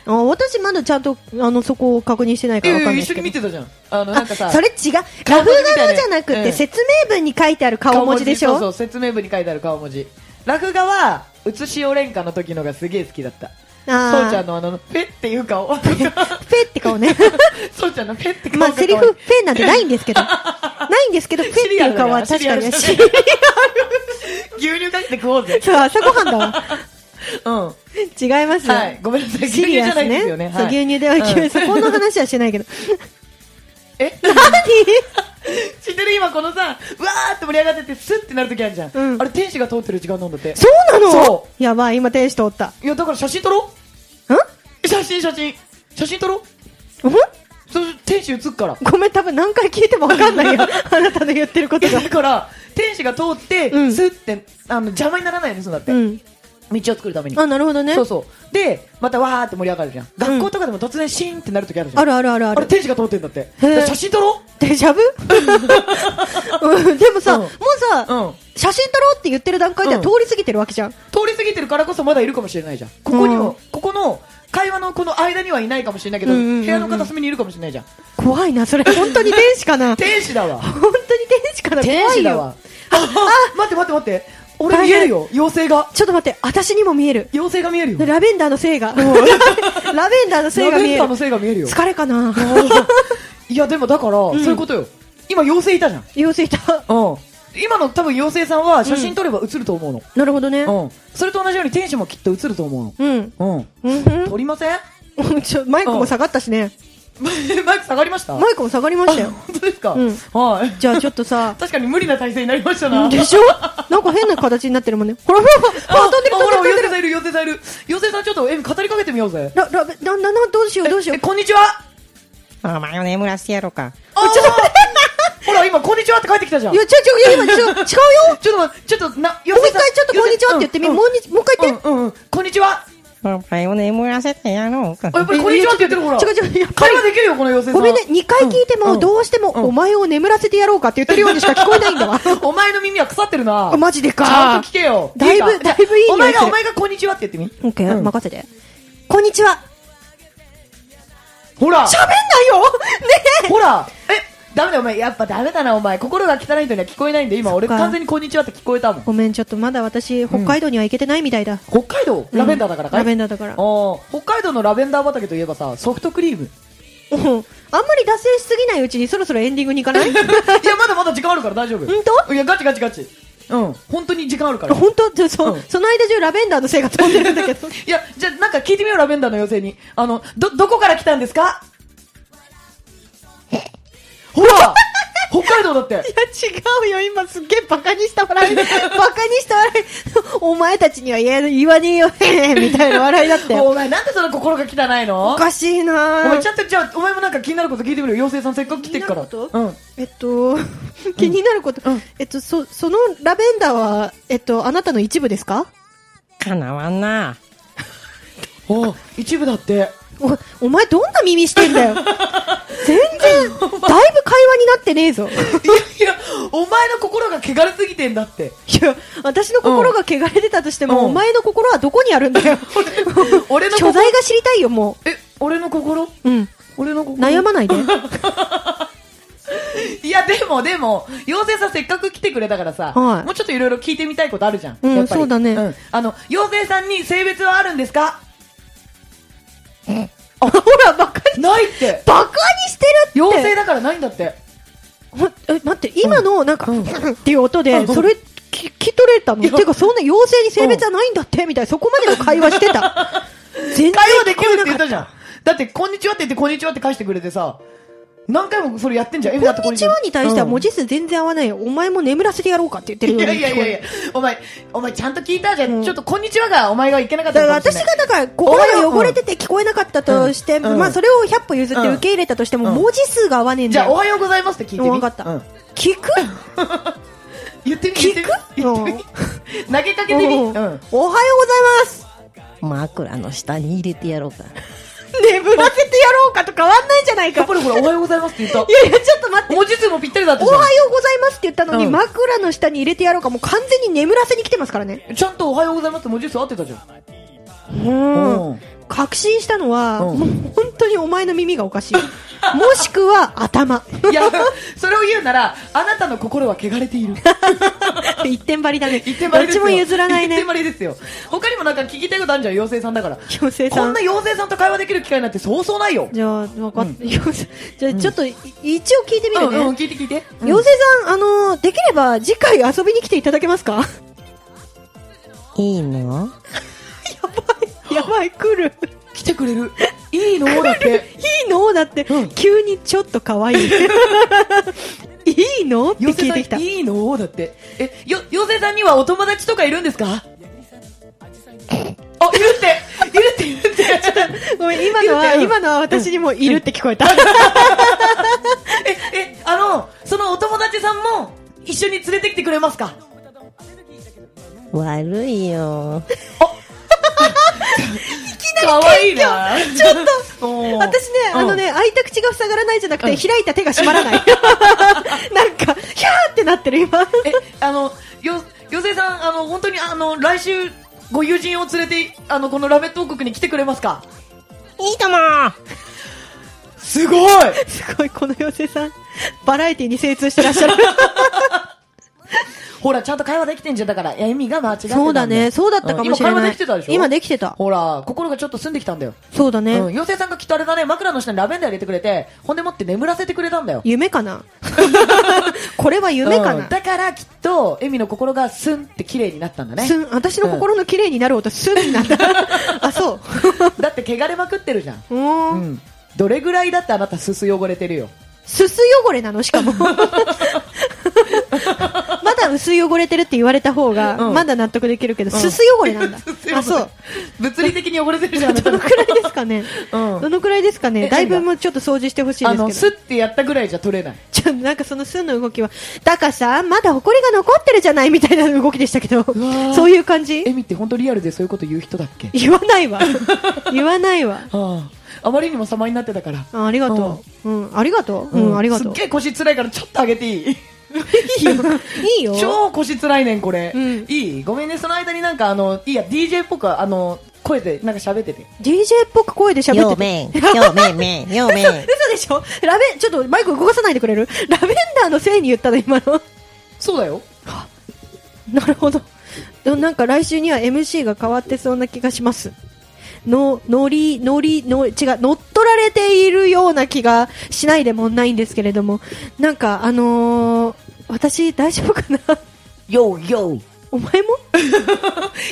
Speaker 2: あ私まだちゃんと、あの、そこを確認してないからわかんない
Speaker 1: 一
Speaker 2: です
Speaker 1: 緒
Speaker 2: け
Speaker 1: に
Speaker 2: ど
Speaker 1: 見。てたじゃんあのなん
Speaker 2: あ、
Speaker 1: かさ
Speaker 2: それ違う。
Speaker 1: 顔
Speaker 2: ラ
Speaker 1: 文
Speaker 2: フ
Speaker 1: 字みたいな
Speaker 2: 画のじゃなく
Speaker 1: う
Speaker 2: て、
Speaker 1: ん
Speaker 2: 説明文に書いてある顔文字でし
Speaker 1: そうそ
Speaker 2: ょ
Speaker 1: う説明文に書いてある顔文字ラフ画は写しお廉価の時のがすげえ好きだった
Speaker 2: あー
Speaker 1: そうちゃんのあのペっていう顔
Speaker 2: (laughs) ペって
Speaker 1: (laughs)
Speaker 2: 顔ね。
Speaker 1: そうちゃんのペって顔
Speaker 2: ま
Speaker 1: が
Speaker 2: あ、
Speaker 1: 可愛
Speaker 2: セリ
Speaker 1: い (laughs)
Speaker 2: フ、ペなんてないんですけど。ないんですけど、ペっていう顔は確かに。
Speaker 1: シ
Speaker 2: シ
Speaker 1: リ
Speaker 2: リ
Speaker 1: ア
Speaker 2: ア
Speaker 1: ル牛乳かけて食おうぜ
Speaker 2: ルそう、朝ごはんだわ。
Speaker 1: うん
Speaker 2: 違いますよ
Speaker 1: はいごめんなさい
Speaker 2: シリアス
Speaker 1: 牛乳じゃないですよね
Speaker 2: そう
Speaker 1: はい
Speaker 2: 牛乳では牛乳、
Speaker 1: うん (laughs)
Speaker 2: そこの話はしてないけど
Speaker 1: え
Speaker 2: 何
Speaker 1: 知ってる今このさ、わーって盛り上がってて、スッてなるときあるじゃん,、
Speaker 2: うん
Speaker 1: あれ、天使が通ってる時間なんだって。
Speaker 2: そうなの
Speaker 1: そ
Speaker 2: やばい今天使通ったん
Speaker 1: いや、だから写真撮ろう写真、写真。写真撮ろ
Speaker 2: うん
Speaker 1: うそう天使写っから。
Speaker 2: ごめん多分何回聞いても分かん
Speaker 1: (laughs)
Speaker 2: ないよあなたの言ってること
Speaker 1: いや (laughs)
Speaker 2: が
Speaker 1: だから、天使が通って、
Speaker 2: うん
Speaker 1: スッて、あの、邪魔にならないようにするんだって。
Speaker 2: うん
Speaker 1: 道を作るために。
Speaker 2: あなるほどね
Speaker 1: そうそう。で、またわーって盛り上がるじゃん。学校とかでも突然シーンってなるときあるじゃん。
Speaker 2: あるあるあるあ
Speaker 1: あ
Speaker 2: る
Speaker 1: れ、天使が通ってんだって。
Speaker 2: ー
Speaker 1: で写真撮ろ
Speaker 2: デジャブ、うん、 (laughs) でもさ、
Speaker 1: うん
Speaker 2: もうさ、
Speaker 1: ううん。
Speaker 2: 写真撮ろうって言ってる段階では
Speaker 1: うん
Speaker 2: 通り過ぎてるわけじゃん、
Speaker 1: 通り過ぎてるからこそまだいるかもしれないじゃん。ここにも、
Speaker 2: うん
Speaker 1: ここの、会話のこの間にはいないかもしれないけど、
Speaker 2: うんうんうんうん
Speaker 1: 部屋の片隅にいるかもしれないじゃん。
Speaker 2: 怖いなそれ本当に天使かな本
Speaker 1: (laughs) 天使だわ。
Speaker 2: 当に天使かな
Speaker 1: 天
Speaker 2: 怖
Speaker 1: 使
Speaker 2: い
Speaker 1: だ
Speaker 2: よ
Speaker 1: わ。あ、待って待って待って。俺見えるよ。妖精が。
Speaker 2: ちょっと待って私にも見える
Speaker 1: 妖精が見えるよ。
Speaker 2: ラベンダーのせいが (laughs) ラベンダーのせいが
Speaker 1: ラ
Speaker 2: 見
Speaker 1: ベン
Speaker 2: え
Speaker 1: ダー
Speaker 2: る
Speaker 1: の精が見えるよ。
Speaker 2: 疲れかな
Speaker 1: (laughs) うんいや、でもだから、そういうことよ。今妖精いたじゃん。
Speaker 2: 妖精いた
Speaker 1: うん。今の多分妖精さんは写真撮れば映ると思う
Speaker 2: なるほどね
Speaker 1: の。うん。それと同じように天使もきっと映ると思
Speaker 2: うん
Speaker 1: うの。
Speaker 2: うん
Speaker 1: うん。撮りません (laughs)
Speaker 2: うんちょマイクも下がったしね
Speaker 1: マイク下がりました
Speaker 2: マイクも下がりましたよ
Speaker 1: あ本当ですか
Speaker 2: うん
Speaker 1: はい。
Speaker 2: じゃあちょっとさ
Speaker 1: 確かに無理な体勢になりましたな。
Speaker 2: でしょなんか変な形になってるもんねほらほらほらあ飛んでる飛んでる飛んで
Speaker 1: 妖精
Speaker 2: る
Speaker 1: さんいる、妖精さんいる。妖精さんちょっと、え、語りかけてみようぜ。
Speaker 2: ララベなななどうしようどうしよう
Speaker 1: え、こんにちは
Speaker 3: あお前を眠らしてやろうか。
Speaker 1: あーほら、今、こんにちはって帰ってきたじゃん。
Speaker 2: いやちょちょいや今ちょ違うよ
Speaker 1: ちょっと待って、ちょっと、な、
Speaker 2: もう一回ちょっとこんにちはって言ってみもうにもう一回言って
Speaker 1: て。うん、うんうん、こんにちは。
Speaker 3: お前を眠らせてやろうか
Speaker 1: あ。やっぱりこんにちはって言ってる、ほら。
Speaker 2: 違う違うやっぱり
Speaker 1: 会話できるよ、この妖精さ
Speaker 2: ご
Speaker 1: ん。
Speaker 2: めんね2回聞いてもどうしても
Speaker 1: うん
Speaker 2: お前を眠らせてやろうかって言って (laughs) るようにしか聞こえないんだわ
Speaker 1: お前の耳は腐ってるな。
Speaker 2: あマジでか
Speaker 1: ちゃんと聞けよ。
Speaker 2: だいぶ
Speaker 1: か
Speaker 2: だいぶいい匂い
Speaker 1: お前
Speaker 2: す
Speaker 1: が、
Speaker 2: る
Speaker 1: お前がこんにちはって言ってみ。
Speaker 2: オッケ
Speaker 1: う
Speaker 2: ー
Speaker 1: ん
Speaker 2: 任せてこんにちは
Speaker 1: ほら、
Speaker 2: 喋んない (laughs) よね
Speaker 1: ほら、え、ダメだよ、お前。やっぱダメだな、お前。心が汚い人には聞こえないんで、今、俺
Speaker 2: そっか
Speaker 1: 完全にこんにちはって聞こえたもん
Speaker 2: え。ごめん、ちょっとまだ私、北海道には行けてないみたいだ。
Speaker 1: 北海道、ラベンダーだからかい
Speaker 2: ラベンダーだから。
Speaker 1: あー北海道のラベンダー畑といえばさ、ソフトクリー
Speaker 2: (laughs)
Speaker 1: ム。
Speaker 2: うんあんまり脱線しすぎないうちにそろそろエンディングに行かない
Speaker 1: いや、まだまだ時間あるから大丈夫。
Speaker 2: 本当
Speaker 1: いや、ガチガチガチ。うん。本当に時間あるから。
Speaker 2: 本当じゃあそ、
Speaker 1: うん
Speaker 2: その間中ラベンダーのせいが飛んでるんだけど。
Speaker 1: (laughs) いや、じゃあなんか聞いてみよう、ラベンダーの妖精に。あの、ど、どこから来たんですかほら北海道だって。
Speaker 2: いや、違うよ。今すっげえバカにした笑い。バカにした笑い。お前たちには言え言わねえよ。みたいな笑いだったよ。
Speaker 1: お前なんでそんな心が汚いの
Speaker 2: おかしい
Speaker 1: お
Speaker 2: な
Speaker 1: 前ち
Speaker 2: ぁ。
Speaker 1: ゃんと、じゃあ、お前もなんか気になること聞いてみるよ。妖精さんせっかく来てっから。
Speaker 2: 気になるこ
Speaker 1: う
Speaker 2: と
Speaker 1: ん。
Speaker 2: えっと、 (laughs) 気になること、えっと、そ、そのラベンダーは、えっと、あなたの一部ですか
Speaker 3: かなわんな。
Speaker 1: お一部だって。
Speaker 2: お、お前どんな
Speaker 1: (laughs) (laughs)
Speaker 2: 耳してんだよ。全然、だいぶ会話になってねえぞ。
Speaker 1: いやいや、お前の心が汚れすぎてんだって。
Speaker 2: いや私の心が汚れてたとしても、
Speaker 1: うん
Speaker 2: お前の心はどこにあるんだよ
Speaker 1: (laughs) 俺の
Speaker 2: 所
Speaker 1: 心
Speaker 2: 在が知りたいよも
Speaker 1: え、俺の心
Speaker 2: う、うん、
Speaker 1: 俺の心
Speaker 2: 悩ま
Speaker 1: (laughs)
Speaker 2: ないで
Speaker 1: いや、でも、でも、妖精さんせっかく来てくれたからさ、
Speaker 2: はい
Speaker 1: もうちょっといろいろ聞いてみたいことあるじゃん。
Speaker 2: うん
Speaker 1: やっぱり
Speaker 2: そうだね
Speaker 1: んあの、妖精さんに性別はあるんですか
Speaker 2: あほらバカに
Speaker 1: ないって。
Speaker 2: バカにしてるって
Speaker 1: 妖精だからないんだって。
Speaker 2: ほんえ待って今のなんか、っていう音
Speaker 1: う
Speaker 2: で
Speaker 1: ん
Speaker 2: それき聞き取れたの
Speaker 1: いや
Speaker 2: てかそんな妖精に性別はないんだってみたいなそこまでの会話してた全然
Speaker 1: 会話できるって
Speaker 2: 聞こえな
Speaker 1: 言っ
Speaker 2: か
Speaker 1: た
Speaker 2: っ
Speaker 1: じゃん。だって、こんにちはって言って、こんにちはって返してくれてさ、何回もそれやってんじゃん。
Speaker 2: こんにちはに対しては文字数全然合わないよ、お前も眠らせてやろうかって言ってる
Speaker 1: い
Speaker 2: よう
Speaker 1: や
Speaker 2: に
Speaker 1: いや
Speaker 2: 聞
Speaker 1: い
Speaker 2: こ
Speaker 1: や
Speaker 2: え
Speaker 1: いや
Speaker 2: る、
Speaker 1: お前、お前ちゃんと聞いたじゃん。
Speaker 2: うん
Speaker 1: ちょっとこんにちはが、お前がいけなかっ
Speaker 2: だ
Speaker 1: た
Speaker 2: から
Speaker 1: のもしれ
Speaker 2: 私
Speaker 1: ない
Speaker 2: がだから心が汚れてて聞こえなかったとして、
Speaker 1: うん
Speaker 2: ま
Speaker 1: う
Speaker 2: あ
Speaker 1: ん
Speaker 2: それを100歩譲って受け入れたとしても、
Speaker 1: うん
Speaker 2: 文字数が合わねえん
Speaker 1: じ
Speaker 2: だ
Speaker 1: ゃあ、お
Speaker 2: よ、
Speaker 1: はようございますって聞いてみ。
Speaker 2: 分かった
Speaker 1: うん
Speaker 2: 聞く聞く
Speaker 1: 言ってみ、言ってみ。言ってみ (laughs) 投げかけてみ。
Speaker 2: うんおはようご
Speaker 1: う
Speaker 2: ざ
Speaker 1: ん
Speaker 2: い。ます
Speaker 3: 枕の下に入れてやろうか。
Speaker 2: (laughs) 眠らせてやろうかと変わんないじゃない
Speaker 1: や
Speaker 2: か
Speaker 1: っぱりほら、おはようございますって言った
Speaker 2: い。やいやちょっと待って
Speaker 1: 文字数もぴったりだった
Speaker 2: お
Speaker 1: じゃん
Speaker 2: はようございますって言ったのに、
Speaker 1: うん
Speaker 2: 枕の下に入れてやろうかもう完全に眠らせに来てますからね
Speaker 1: ちゃんとおはようございますって文字数合ってたじゃん。
Speaker 2: うん
Speaker 1: うん
Speaker 2: 確信したのは、
Speaker 1: うん
Speaker 2: もう本当にお前の耳がお
Speaker 1: (laughs)
Speaker 2: かしいもしくは頭
Speaker 1: いや、それを言うなら、あなたの心は汚れて
Speaker 2: (laughs)
Speaker 1: いる。
Speaker 2: 一点張りだね
Speaker 1: 一点張りですよ。
Speaker 2: どっちも譲らない
Speaker 1: 一
Speaker 2: ね
Speaker 1: 点張りですよ。他にもなんか聞きたいことあるじゃん、妖精さんだから。
Speaker 2: 妖精
Speaker 1: こ
Speaker 2: さ
Speaker 1: ん
Speaker 2: ん
Speaker 1: な妖精さんと会話できる機会なんてそうそうないよ。
Speaker 2: じゃあ分かっ
Speaker 1: うん
Speaker 2: た、妖精じゃあちょっと、い一応聞いてみるね、
Speaker 1: うんうん、聞いて聞いて。うん
Speaker 2: 妖精さんあのーできれば次回遊びに来ていただけますか (laughs)
Speaker 3: いいの
Speaker 2: やばい来る
Speaker 1: 来てくれる。いいのだって。
Speaker 2: いいのだって、
Speaker 1: うん
Speaker 2: 急にちょっと可 (laughs) 愛いいいのって (laughs) 聞いて
Speaker 1: 妖
Speaker 2: き
Speaker 1: 精さ
Speaker 2: た
Speaker 1: ん、いいのだって。え、よ、妖精さんにはお友達とかいるんで
Speaker 2: (laughs)
Speaker 1: すかあ、いるっているっている
Speaker 2: (laughs)
Speaker 1: って。
Speaker 2: ごめん今のは
Speaker 1: 言うてよ
Speaker 2: 今のは私にもいるって聞こえ (laughs) た、
Speaker 1: え、え、あの、そのお友達さんも一緒に連れてきてくれますか
Speaker 3: 悪い
Speaker 1: (laughs)
Speaker 3: よ。
Speaker 1: かわいいな。ちょっと
Speaker 2: 私ね、あの、ね、開いた口が塞がらないじゃなくて、
Speaker 1: うん
Speaker 2: 開いた手が閉まら (laughs) ない。なんか、ひゃーってなってる、今。
Speaker 1: うんえ、あの、よ、よせいさん、あの、本当に、あの、来週、ご友人を連れて、あの、このラメット王国に来てくれますか
Speaker 3: いいとも
Speaker 1: すごい
Speaker 2: すごい、この妖精さん、バラエティに精通してらっしゃる。
Speaker 1: ほら、ちゃんと会話できてんじゃん。だから、いや、意味が間違ってたんよ
Speaker 2: そうだね、そうだったかもしれ
Speaker 1: うん今会話
Speaker 2: な
Speaker 1: で
Speaker 2: い
Speaker 1: きてたでし。ょ
Speaker 2: 今できてた。
Speaker 1: ほら、心がちょっと澄んできたんだよ。
Speaker 2: そうだ
Speaker 1: うん、
Speaker 2: ね。
Speaker 1: 妖精さんがきっとあれだね、枕の下にラベンダー入れてくれて、ほんでもって眠らせてくれたんだよ。
Speaker 2: 夢か (laughs) なこれは夢か
Speaker 1: うん
Speaker 2: な
Speaker 1: だからきっと、エミの心がスンって綺麗になったんだね。
Speaker 2: すん、私の心の綺麗になる音、すん (laughs) なんだ。あ、そう。
Speaker 1: (laughs) だって汚れまくってるじゃん。
Speaker 2: うー。
Speaker 1: うんん。どれぐらいだってあなたすす汚れてるよ。
Speaker 2: すす汚れなのし
Speaker 1: (laughs)
Speaker 2: かもまだ薄い汚れてるって言われた方が、
Speaker 1: うん
Speaker 2: まだ納得できるけど、
Speaker 1: うん
Speaker 2: すす汚れ
Speaker 1: (laughs)
Speaker 2: なんだあそう。
Speaker 1: 物理的に汚れてるじゃん。あな
Speaker 2: ど
Speaker 1: (laughs) た
Speaker 2: のくらいですかね、
Speaker 1: うん
Speaker 2: どのくらいですか
Speaker 1: え
Speaker 2: ねだいぶもうちょっと掃除してほしい
Speaker 1: あ
Speaker 2: で
Speaker 1: の、
Speaker 2: す
Speaker 1: ス
Speaker 2: けど
Speaker 1: ってやったぐらいじゃ取れない。
Speaker 2: ちょっとなんかそのすの動きはだからさまだ埃が残ってるじゃないみたいな動きでしたけど
Speaker 1: ー
Speaker 2: そういう感じ
Speaker 1: エミって本当リアルでそういうこと言う人だっけ
Speaker 2: 言わない
Speaker 1: (laughs)
Speaker 2: わ言わないわ
Speaker 1: ああ。あまりにも様になってたから。
Speaker 2: あありがとう、うん、ありがとう、うんありがとう
Speaker 1: すっげえ腰辛いからちょっと上げていい
Speaker 2: いいよいいよ
Speaker 1: 超腰辛いねん、これ。
Speaker 2: うん
Speaker 1: いいごめんね、その間になんかあの、いいや、DJ っぽくあの、声でなんか喋ってて。
Speaker 2: DJ っぽく声で喋っ
Speaker 3: よ
Speaker 2: てて
Speaker 3: めん、よめんめ (laughs) ん、よめん。
Speaker 2: 嘘でしょラベン、ちょっとマイク動かさないでくれるラベンダーのせいに言ったの、今の。 (laughs)
Speaker 1: そうだよ。
Speaker 2: なるほど。でもなんか来週には MC が変わってそうな気がします。の、乗り、乗り、の、違う、乗っ取られているような気がしないでもないんですけれども、なんかあのー私大丈夫かな (laughs)
Speaker 1: ようよう。
Speaker 2: お前も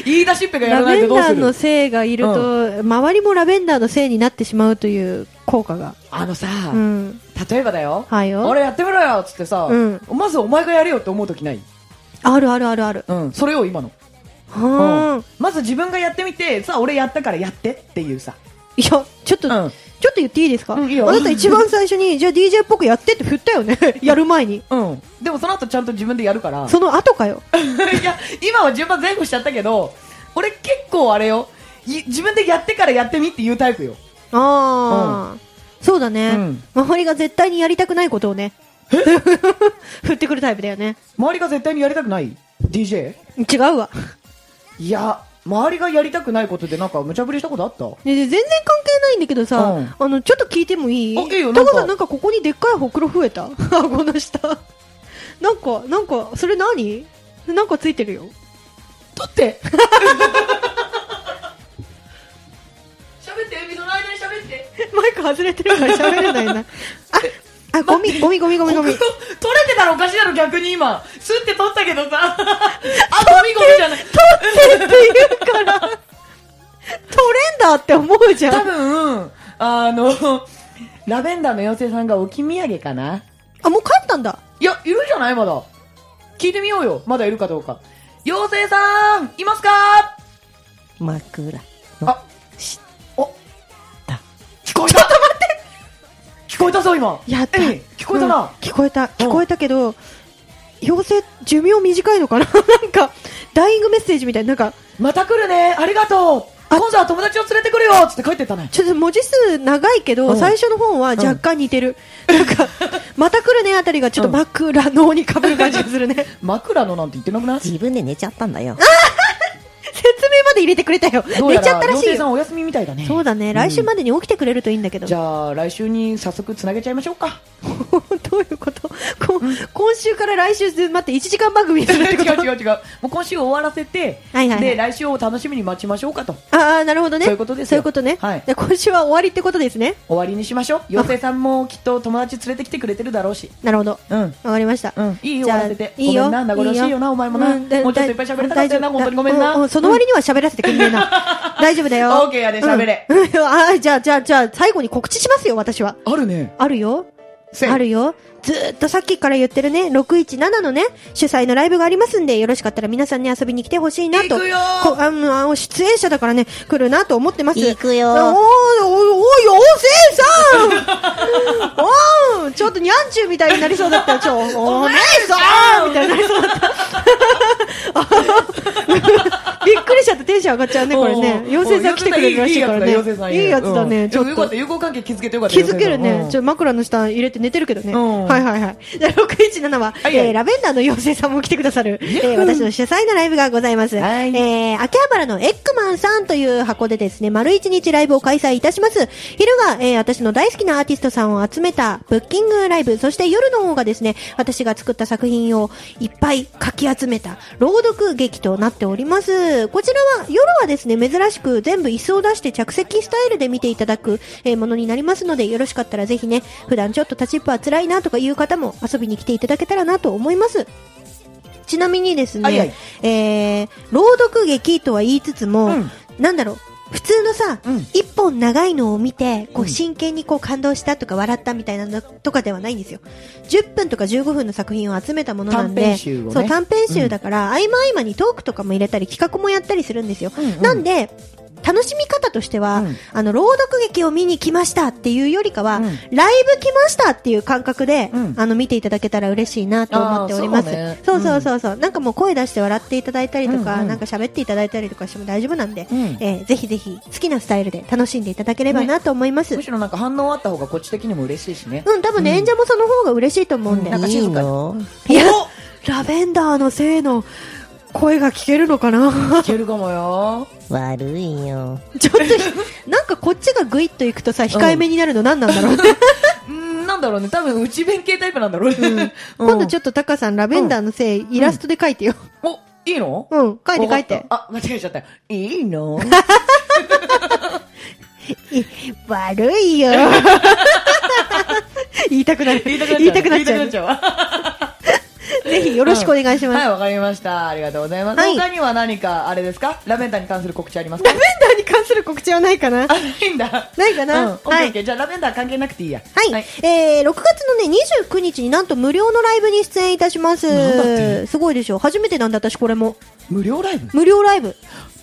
Speaker 1: 言い出しっぺがや
Speaker 2: ラ
Speaker 1: らない
Speaker 2: ベ
Speaker 1: と
Speaker 2: ン
Speaker 1: どう
Speaker 2: ダ
Speaker 1: す
Speaker 2: ーの
Speaker 1: る
Speaker 2: せいがいると、周りもラベンダーのせいになってしまうという効果が。
Speaker 1: あのさ、
Speaker 2: うん。
Speaker 1: 例えばだよ。
Speaker 2: はいよ
Speaker 1: 俺やってみろよっつってさ、
Speaker 2: うん
Speaker 1: まずお前がやれよって思うときない。
Speaker 2: あるあるあるある。
Speaker 1: うん。それを今の。
Speaker 2: は
Speaker 1: う
Speaker 2: ー
Speaker 1: んまず自分がやってみて、さあ俺やったからやってっていうさ。
Speaker 2: いや、ちょっと、
Speaker 1: うん
Speaker 2: ちょっと言っていいですか、
Speaker 1: うんいいよ
Speaker 2: あなた一番最初
Speaker 1: (laughs)
Speaker 2: に、じゃあ DJ っぽくやってって振ったよね。 (laughs) やる前に。
Speaker 1: うん。でもその後ちゃんと自分でやるから。
Speaker 2: その後かよ。
Speaker 1: (laughs) いや、今は順番前後しちゃったけど、俺結構あれよ。い自分でやってからやってみっていうタイプよ。
Speaker 2: ああ、そうだね、
Speaker 1: うん
Speaker 2: 周りが絶対にやりたくないことをね。 (laughs) 振ってくるタイプだよね
Speaker 1: 周りが絶対にやりたくない ?DJ?
Speaker 2: 違うわ
Speaker 1: いや、周りがやりたくないことでなんか無茶ぶりしたことあった
Speaker 2: ねで全然関係ないんだけどさ、
Speaker 1: うん
Speaker 2: あのちょっと聞いてもいい
Speaker 1: あいいよ
Speaker 2: タコ
Speaker 1: なん
Speaker 2: さ
Speaker 1: か
Speaker 2: んなんかここにでっかいほくろ増えた顎の下なんかなんかそれ何なんかついてるよ
Speaker 1: 取って喋って、海の間に喋って。
Speaker 2: マイク外れてるから喋れないなああゴミゴミゴミゴミゴミ
Speaker 1: (laughs) 取れてたらおかしいだろ、逆に今。すって取ったけどさ。あ、 (laughs) ゴミゴミじゃない。
Speaker 2: 取ってって言うから取れんだって思うじゃ
Speaker 1: 多
Speaker 2: ん
Speaker 1: 分、あの、 (laughs) ラベンダーの妖精さんが置き土産かな
Speaker 2: あもう帰ったんだ
Speaker 1: いや、いるんじゃないまだ。聞いてみようよ。まだいるかどうか。妖精さんいますか
Speaker 3: 枕の
Speaker 1: あ、
Speaker 3: 下。
Speaker 1: お、聞こえたちょっと待って聞こえたぞ、今。
Speaker 2: やった
Speaker 1: えい聞こえた
Speaker 2: うん
Speaker 1: な。
Speaker 2: 聞こえた聞こえたけど、妖精寿命短いのかな (laughs) なんかダイイングメッセージみたいななんか
Speaker 1: また来るね。ありがとう。
Speaker 2: あ
Speaker 1: 今度は友達を連れてくるよつって帰ってったね。
Speaker 2: ちょっと文字数長いけど、
Speaker 1: うん
Speaker 2: 最初の本は若干似てる、なん (laughs) かまた来るねあたりがちょっと枕のにかぶる感じが (laughs) するね説
Speaker 1: 枕のなんて言ってなくない
Speaker 3: 自分で寝ちゃったんだよ。
Speaker 2: 明まで入れてくれたよ
Speaker 1: どう
Speaker 2: 寝
Speaker 1: や
Speaker 2: ちゃ
Speaker 1: ら
Speaker 2: ったらし
Speaker 1: 妖
Speaker 2: い
Speaker 1: 精さ
Speaker 2: よ
Speaker 1: んお休みみたいだね。
Speaker 2: そうだね来週までに起きてくれるといいんだけど、
Speaker 1: じゃあ、来週に早速つなげちゃいましょ
Speaker 2: (laughs)
Speaker 1: うか。
Speaker 2: どういうことこ今週から来週ず待って1時間番組にするっ
Speaker 1: 違
Speaker 2: てこ
Speaker 1: う
Speaker 2: と
Speaker 1: (laughs) 違う違う。もう今週終わらせて、
Speaker 2: はいはいはい
Speaker 1: で、来週を楽しみに待ちましょうかと。
Speaker 2: ああなるほどね
Speaker 1: そういうことです
Speaker 2: そ
Speaker 1: よ
Speaker 2: ういうことね、
Speaker 1: はい
Speaker 2: で今週は終わりってことですね
Speaker 1: 終わりにしましょう。妖精さんもきっと友達連れてきてくれてるだろうし。
Speaker 2: なるほど
Speaker 1: うん。
Speaker 2: わかりました。
Speaker 1: うんいいよ
Speaker 2: じゃあ
Speaker 1: 終わらせて
Speaker 2: いいよ。
Speaker 1: ごめんな名残惜しいよ
Speaker 2: いい
Speaker 1: なお前もな
Speaker 2: だ
Speaker 1: もうちょっといっぱい喋れたかった
Speaker 2: 大
Speaker 1: よな
Speaker 2: 丈夫
Speaker 1: 本当にごめんな
Speaker 2: ううその割には喋らせてくんねえな。
Speaker 1: (laughs)
Speaker 2: 大丈夫だよ。
Speaker 1: オーケーやで喋れ
Speaker 2: うん。あーじゃあ、じゃあ、じゃあ、最後に告知しますよ、私は。
Speaker 1: あるね。
Speaker 2: あるよ。
Speaker 1: せ
Speaker 2: あるよ。ずーっとさっきから言ってるね、617のね、主催のライブがありますんで、よろしかったら皆さんね、遊びに来てほしいなと。
Speaker 1: 行くよ
Speaker 2: こあの、あの出演者だからね、来るなと思ってます。
Speaker 3: 行くよ
Speaker 2: おーおい、おい、おせい
Speaker 1: (laughs)
Speaker 2: さんおーちょっとにゃんちゅうみたいになりそうだったよ。ちょ、お姉さんみたい (laughs) になりそうだ
Speaker 1: (laughs)
Speaker 2: った。びっくりしちゃってテンション上がっちゃうね、これね。妖精さん来てくれるらしいからね。
Speaker 1: おうおう妖精さんい
Speaker 2: いい
Speaker 1: い
Speaker 2: や
Speaker 1: や
Speaker 2: つ
Speaker 1: つ
Speaker 2: だ
Speaker 1: だね。
Speaker 2: ね。
Speaker 1: うん
Speaker 2: ちょ
Speaker 1: よ
Speaker 2: っ
Speaker 1: か
Speaker 2: と
Speaker 1: った、。有効関係気づけてよかった。
Speaker 2: 気づけるね、ち
Speaker 1: ょ
Speaker 2: ょ枕の下入れて寝てるけどね、
Speaker 1: うん
Speaker 2: はいはいはいじゃあ617は、
Speaker 1: はいはい
Speaker 2: えーラベンダーの妖精さんも来てくださる、えー私の主催のライブがございます、
Speaker 1: はい
Speaker 2: えー秋葉原のエッグマンさんという箱でですね丸一日ライブを開催いたします昼が、えー私の大好きなアーティストさんを集めたブッキングライブそして夜の方がですね私が作った作品をいっぱいかき集めた朗読劇となっておりますこちらは夜はですね珍しく全部椅子を出して着席スタイルで見ていただく、えーものになりますのでよろしかったらぜひね普段ちょっと立ちっぱは辛いなとかいう方も遊びに来ていただけたらなと思いますちなみにですね、
Speaker 1: はいはい
Speaker 2: えー朗読劇とは言いつつも、
Speaker 1: うん
Speaker 2: なんだろう普通のさ
Speaker 1: うん、
Speaker 2: 一、本長いのを見て、こ
Speaker 1: う
Speaker 2: う、
Speaker 1: ん
Speaker 2: 真剣にこう、感動したとか、笑ったみたいなのとかではないんですよ。10分とか15分の作品を集めたものなんで、
Speaker 1: 短編集をね
Speaker 2: そう、短編集だから、合間合間にトークとかも入れたり、企画もやったりするんですよ。
Speaker 1: うんうん
Speaker 2: なんで、楽しみ方としては、
Speaker 1: うん
Speaker 2: あの、朗読劇を見に来ましたっていうよりかは、
Speaker 1: うん
Speaker 2: ライブ来ましたっていう感覚で、
Speaker 1: うん
Speaker 2: あの、見ていただけたら嬉しいなと思っております。
Speaker 1: あーそ
Speaker 2: そ
Speaker 1: うね
Speaker 2: うそうそうそう、なんかもう声出して笑っていただいたりとか、
Speaker 1: うんうん
Speaker 2: なんか喋っていただいたりとかしても大丈夫なんで、
Speaker 1: うん
Speaker 2: えーぜひぜひ好きなスタイルで楽しんでいただければなと思います。
Speaker 1: むしろなんか反応あった方がこっち的にも嬉しいしね。
Speaker 2: うん、多分ね、演者もその方が嬉しいと思うんで。
Speaker 1: なんか
Speaker 3: い
Speaker 1: 静
Speaker 3: い
Speaker 1: かに
Speaker 3: の
Speaker 2: いや、ラベンダーのせいの声が聞けるのかな
Speaker 1: いけるかもよ。
Speaker 3: 悪いよ。
Speaker 2: ちょっとひ、なんかこっちがグイッといくとさ、控えめになるの何なんだろうね。
Speaker 1: うーん、なんだろうね。多分、内弁慶タイプなんだろうね。
Speaker 2: 今度ち
Speaker 1: ょ
Speaker 2: ょ
Speaker 1: っ
Speaker 2: っとタカさん、ラベンダーのせい、イラストで書いてよ。
Speaker 1: と。お、いいの
Speaker 2: うん、書いて書い
Speaker 1: わ
Speaker 2: て
Speaker 1: かっ。たあ、間違えちゃった。いいの
Speaker 2: 悪いよ。 (laughs) 言いたくなる。
Speaker 1: 言いたくなっちゃう。
Speaker 2: (laughs) 言いたくなっち
Speaker 1: 言
Speaker 2: ゃ。
Speaker 1: いうたくなっ
Speaker 2: (laughs)
Speaker 1: ちゃうわ。
Speaker 2: ぜひよろしくお願いします。
Speaker 1: はい、わかりました。ありがとうございます。
Speaker 2: はい
Speaker 1: 他には何か、あれですかラベンダーに関する告 (laughs) 知ありますか
Speaker 2: ラベンダーに関する告知はないかな
Speaker 1: あ、ないんだ。
Speaker 2: ないかな
Speaker 1: うん、オッケー
Speaker 2: はい
Speaker 1: オッケーじゃあラベンダー関係なくていいや。
Speaker 2: はい、えー、6月のね、29日になんと無料のライブに出演いたしま
Speaker 1: なんだっ
Speaker 2: す。
Speaker 1: て
Speaker 2: すごいでしょ。初めてなんだ、私これも。
Speaker 1: 無料ライブ
Speaker 2: 無料ライブ。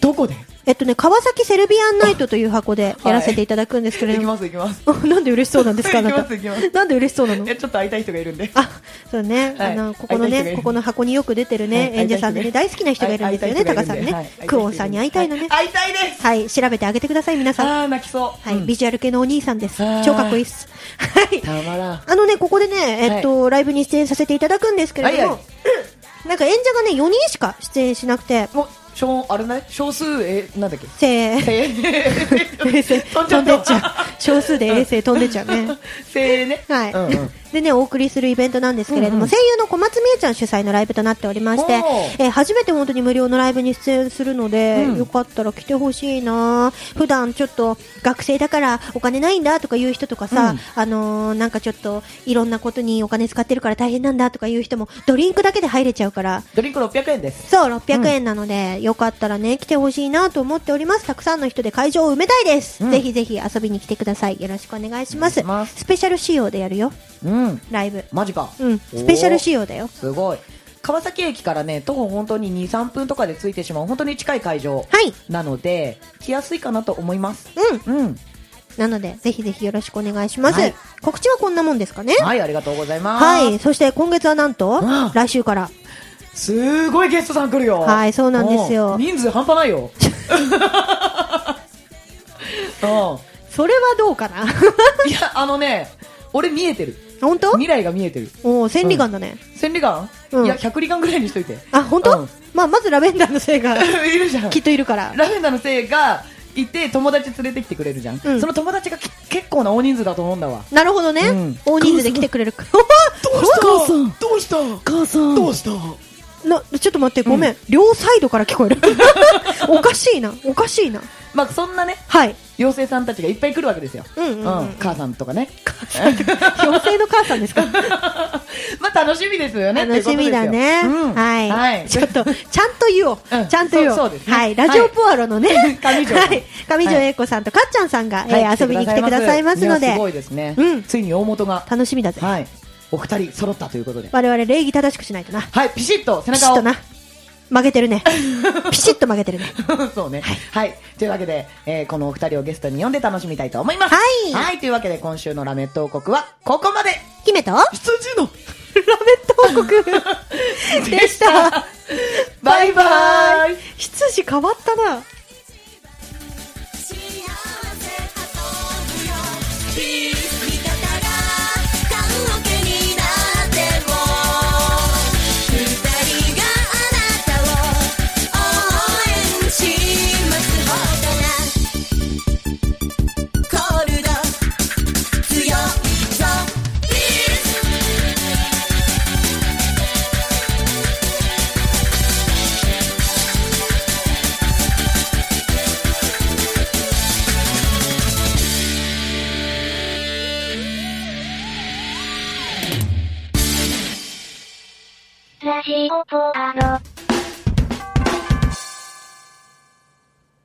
Speaker 1: どこで
Speaker 2: えっとね、川崎セルビアンナイトという箱でやらせていただくんですけれ
Speaker 1: 行
Speaker 2: ど
Speaker 1: き
Speaker 2: も、
Speaker 1: ます行きます
Speaker 2: (laughs) なんで嬉しそうなんですか、あなた
Speaker 1: 行きます行きます。
Speaker 2: なんで嬉しそうなの
Speaker 1: いやちょっと会いたい人がいるんで
Speaker 2: あ、そうね、
Speaker 1: はい
Speaker 2: あの、ここの
Speaker 1: 会いたい人が
Speaker 2: ね、
Speaker 1: いる
Speaker 2: ここの箱によく出てる
Speaker 1: は
Speaker 2: ね
Speaker 1: い、
Speaker 2: 演者さんでね、大
Speaker 1: 会い
Speaker 2: 好きな人がいるんですよね、タ
Speaker 1: 会い
Speaker 2: カ
Speaker 1: たい人
Speaker 2: さ
Speaker 1: がい
Speaker 2: ん
Speaker 1: るで
Speaker 2: ね。クオンさんに会いたいのね。
Speaker 1: 会いたいです
Speaker 2: はい、調べてあげてください、皆さん。
Speaker 1: ああ泣きそう
Speaker 2: はい、ビジュアル系のお兄さんです
Speaker 1: あー。
Speaker 2: 超かっこいいっす。はい。
Speaker 1: たまらん
Speaker 2: あのね、ここでね、えっと、ライブに出演させていただくんですけれども、
Speaker 1: はいは
Speaker 2: なんか演者がね、4人しか出演しなくて、
Speaker 1: もう少あれね少数えなん
Speaker 2: (laughs)
Speaker 1: だっけ
Speaker 2: せー、
Speaker 1: せー
Speaker 2: 衛星
Speaker 1: 飛
Speaker 2: (laughs) 飛
Speaker 1: んじゃった
Speaker 2: んでっちゃう。少数で衛星飛んでっちゃうね。
Speaker 1: せーね
Speaker 2: はい、
Speaker 1: うんうん
Speaker 2: でねお送りするイベントなんですけれども、
Speaker 1: うんうん
Speaker 2: 声優の小松美恵ちゃん主催のライブとなっておりまして
Speaker 1: おー、
Speaker 2: えー初めて本当に無料のライブに出演するので、
Speaker 1: うん
Speaker 2: よかったら来てほしいな普段ちょっと学生だからお金ないんだとかいう人とかさ、
Speaker 1: うん
Speaker 2: あのーなんかちょっといろんなことにお金使ってるから大変なんだとかいう人もドリンクだけで入れちゃうから
Speaker 1: ドリンク600円です
Speaker 2: そう600円なので、よかったらね来てほしいなと思っておりますたくさんの人で会場を埋めたいです、
Speaker 1: うん
Speaker 2: ぜひぜひ遊びに来てくださいよろしくお願いします
Speaker 1: お願いします
Speaker 2: スペシャル仕様でやるよ
Speaker 1: うん
Speaker 2: ライブ
Speaker 1: マジか
Speaker 2: うん
Speaker 1: おー
Speaker 2: スペシャル仕様だよ
Speaker 1: すごい川崎駅からね徒歩本当に23分とかで着いてしまう本当に近い会場
Speaker 2: はい
Speaker 1: なので来やすいかなと思います
Speaker 2: うん
Speaker 1: うん
Speaker 2: なのでぜひぜひよろしくお願いします、
Speaker 1: はい
Speaker 2: 告知はこんなもんですかね
Speaker 1: はいありがとうございます
Speaker 2: はいそして今月はなんと
Speaker 1: うん
Speaker 2: 来週から
Speaker 1: すごいゲストさん来るよ
Speaker 2: はいそうなんですよ
Speaker 1: うん人数半端な
Speaker 2: (laughs)
Speaker 1: いよう
Speaker 2: それはどうかな
Speaker 1: んいやあのね俺見えてる
Speaker 2: (laughs) 本当
Speaker 1: 未来が見えてる
Speaker 2: おお千里眼だね、
Speaker 1: 千里眼、
Speaker 2: うん
Speaker 1: いや百里眼ぐらいにしといて (laughs)
Speaker 2: あ本当、
Speaker 1: うん
Speaker 2: まあまずラベンダーのせいが
Speaker 1: いるじゃん
Speaker 2: きっといるから
Speaker 1: ラフェンダーのせいがいて友達連れてきてくれるじゃん、
Speaker 2: うん
Speaker 1: その友達がき結構な大人数だと思うんだわ
Speaker 2: なるほどね、
Speaker 1: うん
Speaker 2: 大人数で来てくれる
Speaker 1: どう
Speaker 2: した
Speaker 1: どうした
Speaker 3: 母さん
Speaker 1: どうした
Speaker 2: (laughs) なちょっと待ってごめん、両サイドから聞こえ
Speaker 1: (laughs)
Speaker 2: るおかしいなおかしいな
Speaker 1: まあそんなね (laughs)
Speaker 2: はい
Speaker 1: 妖精さんたちがいっぱい来るわけですよ、
Speaker 2: うんうん、う
Speaker 1: う
Speaker 2: んん
Speaker 1: 母さんとかね (laughs)
Speaker 2: 妖精の母さんですか
Speaker 1: まあ楽しみですよね
Speaker 2: 楽しみだね、
Speaker 1: っていうことですようん
Speaker 2: はい、
Speaker 1: はい
Speaker 2: ちょっとちゃんと言おう、
Speaker 1: うん
Speaker 2: ちゃんと言おう
Speaker 1: そうそうですね
Speaker 2: はい、ラジオポアロのね、
Speaker 1: はい (laughs) 上条さん
Speaker 2: はい、上条英子さんとかっちゃんさんが、
Speaker 1: はい
Speaker 2: えー遊びに来てくださいますの
Speaker 1: いや
Speaker 2: です
Speaker 1: ごいですね、
Speaker 2: うん
Speaker 1: ついに大元が
Speaker 2: 楽しみだぜ、
Speaker 1: はいお二人揃ったということで
Speaker 2: 我々礼儀正しくしないとな
Speaker 1: はいピシッと背
Speaker 2: ピシッ
Speaker 1: 中を
Speaker 2: とな曲げてるねピシッと曲げてるね
Speaker 1: (laughs) そうね。はい。というわけで、えーこのお二人をゲストに呼んで楽しみたいと思います。
Speaker 2: はい
Speaker 1: というわけで、今週のラメット王国は、ここまで
Speaker 2: 姫とラメ
Speaker 1: 羊の
Speaker 2: ット (laughs) 王国でした。
Speaker 1: バイバイ
Speaker 2: 羊変わったな
Speaker 4: 幸せ運ぶよピース味方が棺桶になっても二人があなたを応援します大人コールド強いぞピース
Speaker 5: ラジオポアロ。